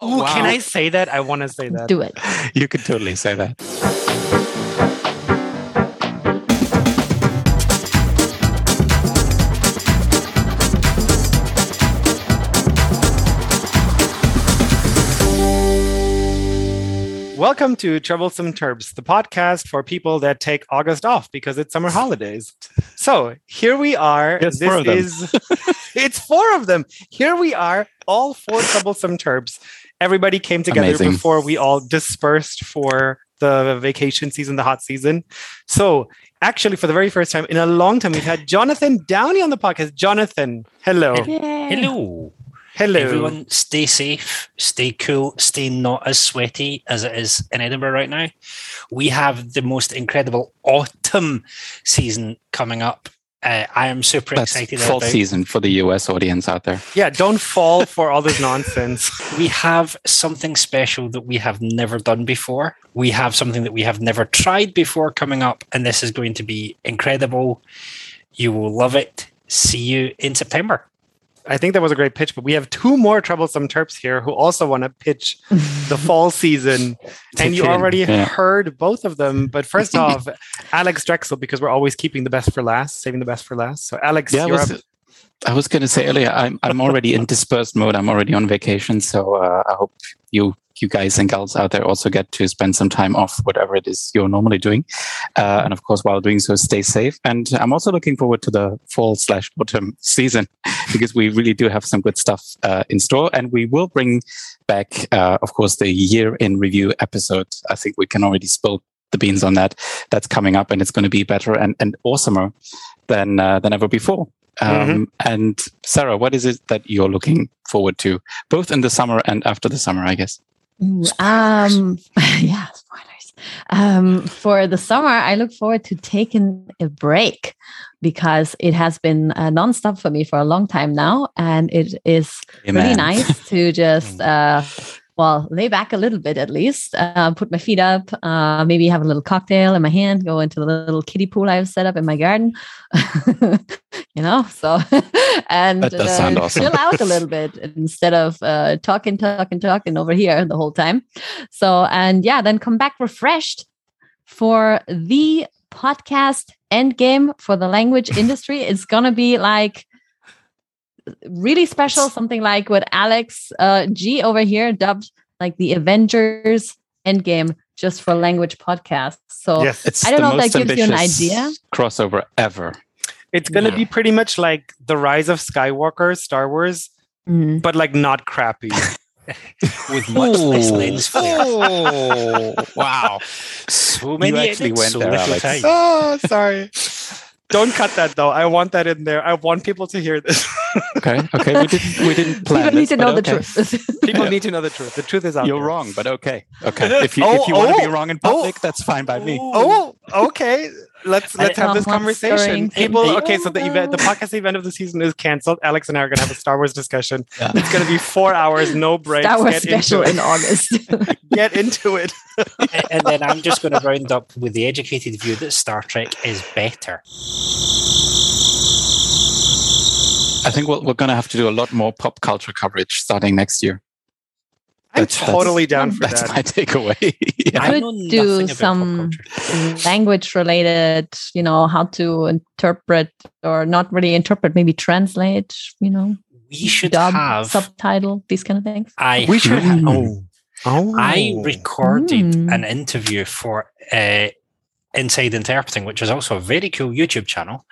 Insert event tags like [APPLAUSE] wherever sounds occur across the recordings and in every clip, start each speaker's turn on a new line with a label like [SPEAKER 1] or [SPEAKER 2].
[SPEAKER 1] Oh,
[SPEAKER 2] wow.
[SPEAKER 1] can I say that? I want to say that.
[SPEAKER 3] Do it.
[SPEAKER 2] You could totally say that.
[SPEAKER 1] Welcome to Troublesome Turbs, the podcast for people that take August off because it's summer holidays. So here we are.
[SPEAKER 2] Yes, four of them.
[SPEAKER 1] is [LAUGHS] it's four of them. Here we are, all four troublesome turbs. Everybody came together
[SPEAKER 2] Amazing.
[SPEAKER 1] before we all dispersed for the vacation season, the hot season. So actually, for the very first time in a long time, we've had Jonathan Downey on the podcast. Jonathan, hello.
[SPEAKER 3] Yay.
[SPEAKER 4] Hello.
[SPEAKER 1] Hello.
[SPEAKER 4] Everyone, stay safe, stay cool, stay not as sweaty as it is in Edinburgh right now. We have the most incredible autumn season coming up. Uh, I am super
[SPEAKER 2] That's
[SPEAKER 4] excited
[SPEAKER 2] fall
[SPEAKER 4] about
[SPEAKER 2] season for the US audience out there.
[SPEAKER 1] Yeah, don't fall for all this nonsense.
[SPEAKER 4] We have something special that we have never done before. We have something that we have never tried before coming up, and this is going to be incredible. You will love it. See you in September.
[SPEAKER 1] I think that was a great pitch, but we have two more troublesome terps here who also want to pitch the fall season. and you
[SPEAKER 2] Pitch in,
[SPEAKER 1] already
[SPEAKER 2] yeah.
[SPEAKER 1] heard both of them. But first off, Alex Drexel, because we're always keeping the best for last, saving the best for last. So, Alex,
[SPEAKER 2] Yeah, I
[SPEAKER 1] you're
[SPEAKER 2] was,
[SPEAKER 1] up.
[SPEAKER 2] I was going to say earlier, I'm, I'm already in dispersed mode. I'm already on vacation. So uh, I hope you you guys and gals out there also get to spend some time off whatever it is you're normally doing. Uh, and of course, while doing so, stay safe. And I'm also looking forward to the fall slash autumn season because we really do have some good stuff uh, in store. And we will bring back, uh, of course, the year in review episode. I think we can already spill the beans on that. That's coming up and it's going to be better and, and awesomer than, uh, than ever before.
[SPEAKER 4] Mm-hmm.
[SPEAKER 2] Um, And Sarah, what is it that you're looking forward to, both in the summer and after the summer, I guess?
[SPEAKER 3] Ooh, um, [LAUGHS] yeah, spoilers. Um, for the summer, I look forward to taking a break because it has been uh, nonstop for me for a long time now, and it is really
[SPEAKER 2] Amen.
[SPEAKER 3] nice to just uh, well lay back a little bit at least, uh, put my feet up, uh, maybe have a little cocktail in my hand, go into the little kiddie pool I've set up in my garden, [LAUGHS] you know. So [LAUGHS] and uh,
[SPEAKER 2] That does sound awesome.
[SPEAKER 3] chill out a little bit
[SPEAKER 2] [LAUGHS]
[SPEAKER 3] instead of uh, talking, talking, talking over here the whole time. So and yeah, then come back refreshed for the podcast endgame for the language industry. It's gonna be like really special, something like what Alex uh, G over here dubbed like the Avengers Endgame just for language podcast. So
[SPEAKER 1] Yes,
[SPEAKER 2] [LAUGHS] It's
[SPEAKER 3] I don't
[SPEAKER 2] the
[SPEAKER 3] know if
[SPEAKER 2] most
[SPEAKER 3] that gives you an
[SPEAKER 2] ambitious
[SPEAKER 3] idea.
[SPEAKER 2] Crossover ever.
[SPEAKER 1] it's going to
[SPEAKER 4] Yeah.
[SPEAKER 1] be pretty much like the rise of Skywalker, Star Wars,
[SPEAKER 3] mm.
[SPEAKER 1] but like not crappy.
[SPEAKER 4] With much less lens flare.
[SPEAKER 2] Oh,
[SPEAKER 4] [LAUGHS]
[SPEAKER 2] wow.
[SPEAKER 4] So many
[SPEAKER 2] actually
[SPEAKER 4] edits,
[SPEAKER 2] went
[SPEAKER 4] so
[SPEAKER 2] there,
[SPEAKER 4] little
[SPEAKER 2] Alex.
[SPEAKER 4] time.
[SPEAKER 1] oh, sorry. Don't cut that though. I want that in there. I want people to hear this.
[SPEAKER 2] Okay, okay. We didn't, we
[SPEAKER 3] [LAUGHS]
[SPEAKER 2] didn't plan
[SPEAKER 3] People need
[SPEAKER 2] this,
[SPEAKER 3] to
[SPEAKER 2] but
[SPEAKER 3] know the
[SPEAKER 2] okay.
[SPEAKER 3] truth. [LAUGHS]
[SPEAKER 1] [LAUGHS] People
[SPEAKER 2] Yeah.
[SPEAKER 1] need to know the truth. The truth is out
[SPEAKER 2] You're
[SPEAKER 1] there.
[SPEAKER 2] wrong, but okay.
[SPEAKER 1] [LAUGHS]
[SPEAKER 2] Okay. If you,
[SPEAKER 1] Oh,
[SPEAKER 2] if you want to
[SPEAKER 1] oh,
[SPEAKER 2] be wrong in
[SPEAKER 1] oh.
[SPEAKER 2] public, that's fine by me.
[SPEAKER 1] Oh, okay. Let's
[SPEAKER 4] I-
[SPEAKER 1] let's have this
[SPEAKER 3] Oh, what's
[SPEAKER 1] conversation.
[SPEAKER 3] stirring?
[SPEAKER 1] People,
[SPEAKER 3] Oh,
[SPEAKER 1] okay. So the event, the
[SPEAKER 3] no.
[SPEAKER 1] podcast event of the season is canceled. Alex and I are gonna have a Star Wars discussion.
[SPEAKER 2] Yeah.
[SPEAKER 1] It's gonna be four hours, no [LAUGHS] breaks.
[SPEAKER 3] Star Wars
[SPEAKER 1] Get
[SPEAKER 3] special
[SPEAKER 1] into
[SPEAKER 3] in August. [LAUGHS]
[SPEAKER 1] it. Get into
[SPEAKER 2] [LAUGHS]
[SPEAKER 1] it.
[SPEAKER 4] A- and then I'm just going to round up with the educated view that Star Trek is better.
[SPEAKER 2] I think we'll, we're going to have to do a lot more pop culture coverage starting next year.
[SPEAKER 1] I'm
[SPEAKER 2] That's- that's-
[SPEAKER 1] totally down for
[SPEAKER 2] That's
[SPEAKER 1] that.
[SPEAKER 2] my takeaway. [LAUGHS] yeah.
[SPEAKER 4] I
[SPEAKER 3] Could
[SPEAKER 4] know
[SPEAKER 3] do
[SPEAKER 4] nothing about
[SPEAKER 3] some-
[SPEAKER 4] pop culture.
[SPEAKER 3] language related, you know, how to interpret or not really interpret, maybe translate, you know,
[SPEAKER 4] We should
[SPEAKER 3] dub,
[SPEAKER 4] have.
[SPEAKER 3] subtitle, these kind of things.
[SPEAKER 4] I
[SPEAKER 1] We should have.
[SPEAKER 2] Hmm.
[SPEAKER 1] Oh, oh.
[SPEAKER 4] I recorded
[SPEAKER 3] Hmm.
[SPEAKER 4] an interview for uh, Inside Interpreting, which is also a very cool YouTube channel.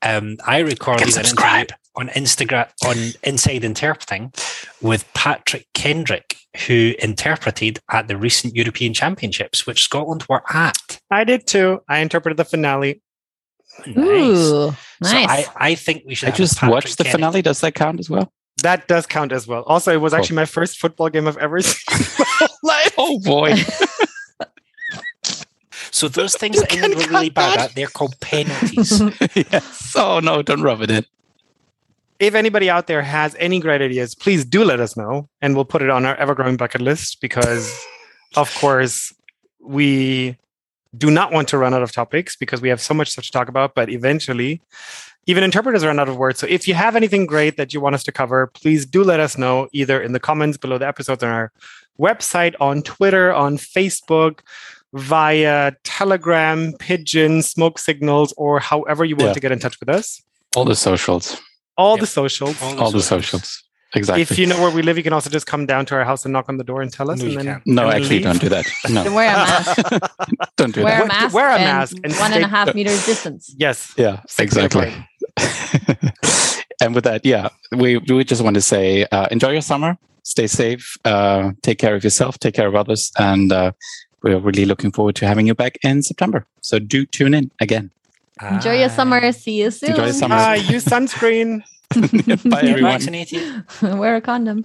[SPEAKER 4] Um, I recorded an interview
[SPEAKER 2] subscribe.
[SPEAKER 4] on Instagram on Inside Interpreting with Patrick Kendrick, who interpreted at the recent European Championships, which Scotland were at.
[SPEAKER 1] I did too. I interpreted the finale.
[SPEAKER 4] Nice.
[SPEAKER 3] Ooh, nice.
[SPEAKER 4] So I, I think we should.
[SPEAKER 2] I
[SPEAKER 4] have a
[SPEAKER 2] just
[SPEAKER 4] Patrick
[SPEAKER 2] watched the
[SPEAKER 4] Kenny-
[SPEAKER 2] finale. Does that count as well?
[SPEAKER 1] That does count as well. Also, it was
[SPEAKER 2] Cool.
[SPEAKER 1] actually my first football game I've ever [LAUGHS] seen.
[SPEAKER 2] Oh boy!
[SPEAKER 4] So those things that England were really bad at, they're called penalties.
[SPEAKER 2] [LAUGHS] yes. Oh no! Don't rub it in.
[SPEAKER 1] If anybody out there has any great ideas, please do let us know, and we'll put it on our ever-growing bucket list because, of course, we do not want to run out of topics because we have so much stuff to talk about. But eventually, even interpreters run out of words. So if you have anything great that you want us to cover, please do let us know either in the comments below the episodes on our website, on Twitter, on Facebook, via Telegram, Pigeon, Smoke Signals, or however you want
[SPEAKER 2] Yeah.
[SPEAKER 1] to get in touch with us.
[SPEAKER 2] All the socials.
[SPEAKER 1] All
[SPEAKER 4] Yep.
[SPEAKER 1] the socials.
[SPEAKER 2] All the socials. Exactly.
[SPEAKER 1] If you know where we live, you can also just come down to our house and knock on the door and tell us.
[SPEAKER 4] No,
[SPEAKER 1] and
[SPEAKER 4] you
[SPEAKER 1] then
[SPEAKER 4] can't.
[SPEAKER 2] no,
[SPEAKER 1] and
[SPEAKER 2] actually,
[SPEAKER 1] leave.
[SPEAKER 2] don't do that.
[SPEAKER 1] [LAUGHS]
[SPEAKER 3] Then
[SPEAKER 2] No,
[SPEAKER 3] wear a mask.
[SPEAKER 2] don't do
[SPEAKER 3] Wear
[SPEAKER 2] that.
[SPEAKER 3] a mask.
[SPEAKER 1] wear a
[SPEAKER 3] and
[SPEAKER 1] mask and
[SPEAKER 3] one and a
[SPEAKER 1] stay-
[SPEAKER 3] half meters distance.
[SPEAKER 1] Yes.
[SPEAKER 2] Yeah,
[SPEAKER 1] feet
[SPEAKER 2] exactly. [LAUGHS] and with that, yeah, we, we just want to say uh, enjoy your summer, stay safe, uh, take care of yourself, take care of others. And uh, we're really looking forward to having you back in September. So do tune in again.
[SPEAKER 3] [LAUGHS]
[SPEAKER 2] [LAUGHS]
[SPEAKER 3] Enjoy your
[SPEAKER 4] Ah.
[SPEAKER 3] summer. See you soon.
[SPEAKER 2] Enjoy your summer.
[SPEAKER 1] Uh, use sunscreen.
[SPEAKER 2] [LAUGHS] Bye,
[SPEAKER 4] Get
[SPEAKER 2] everyone.
[SPEAKER 4] vaccinated.
[SPEAKER 3] [LAUGHS] Wear a condom.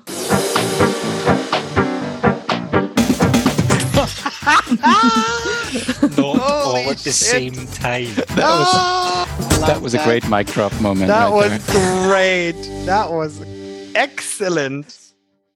[SPEAKER 4] Not all
[SPEAKER 1] Holy
[SPEAKER 4] at the
[SPEAKER 1] shit.
[SPEAKER 4] same time.
[SPEAKER 2] That was, that was a great mic drop moment.
[SPEAKER 1] That
[SPEAKER 2] right
[SPEAKER 1] was
[SPEAKER 2] there.
[SPEAKER 1] great. That was excellent.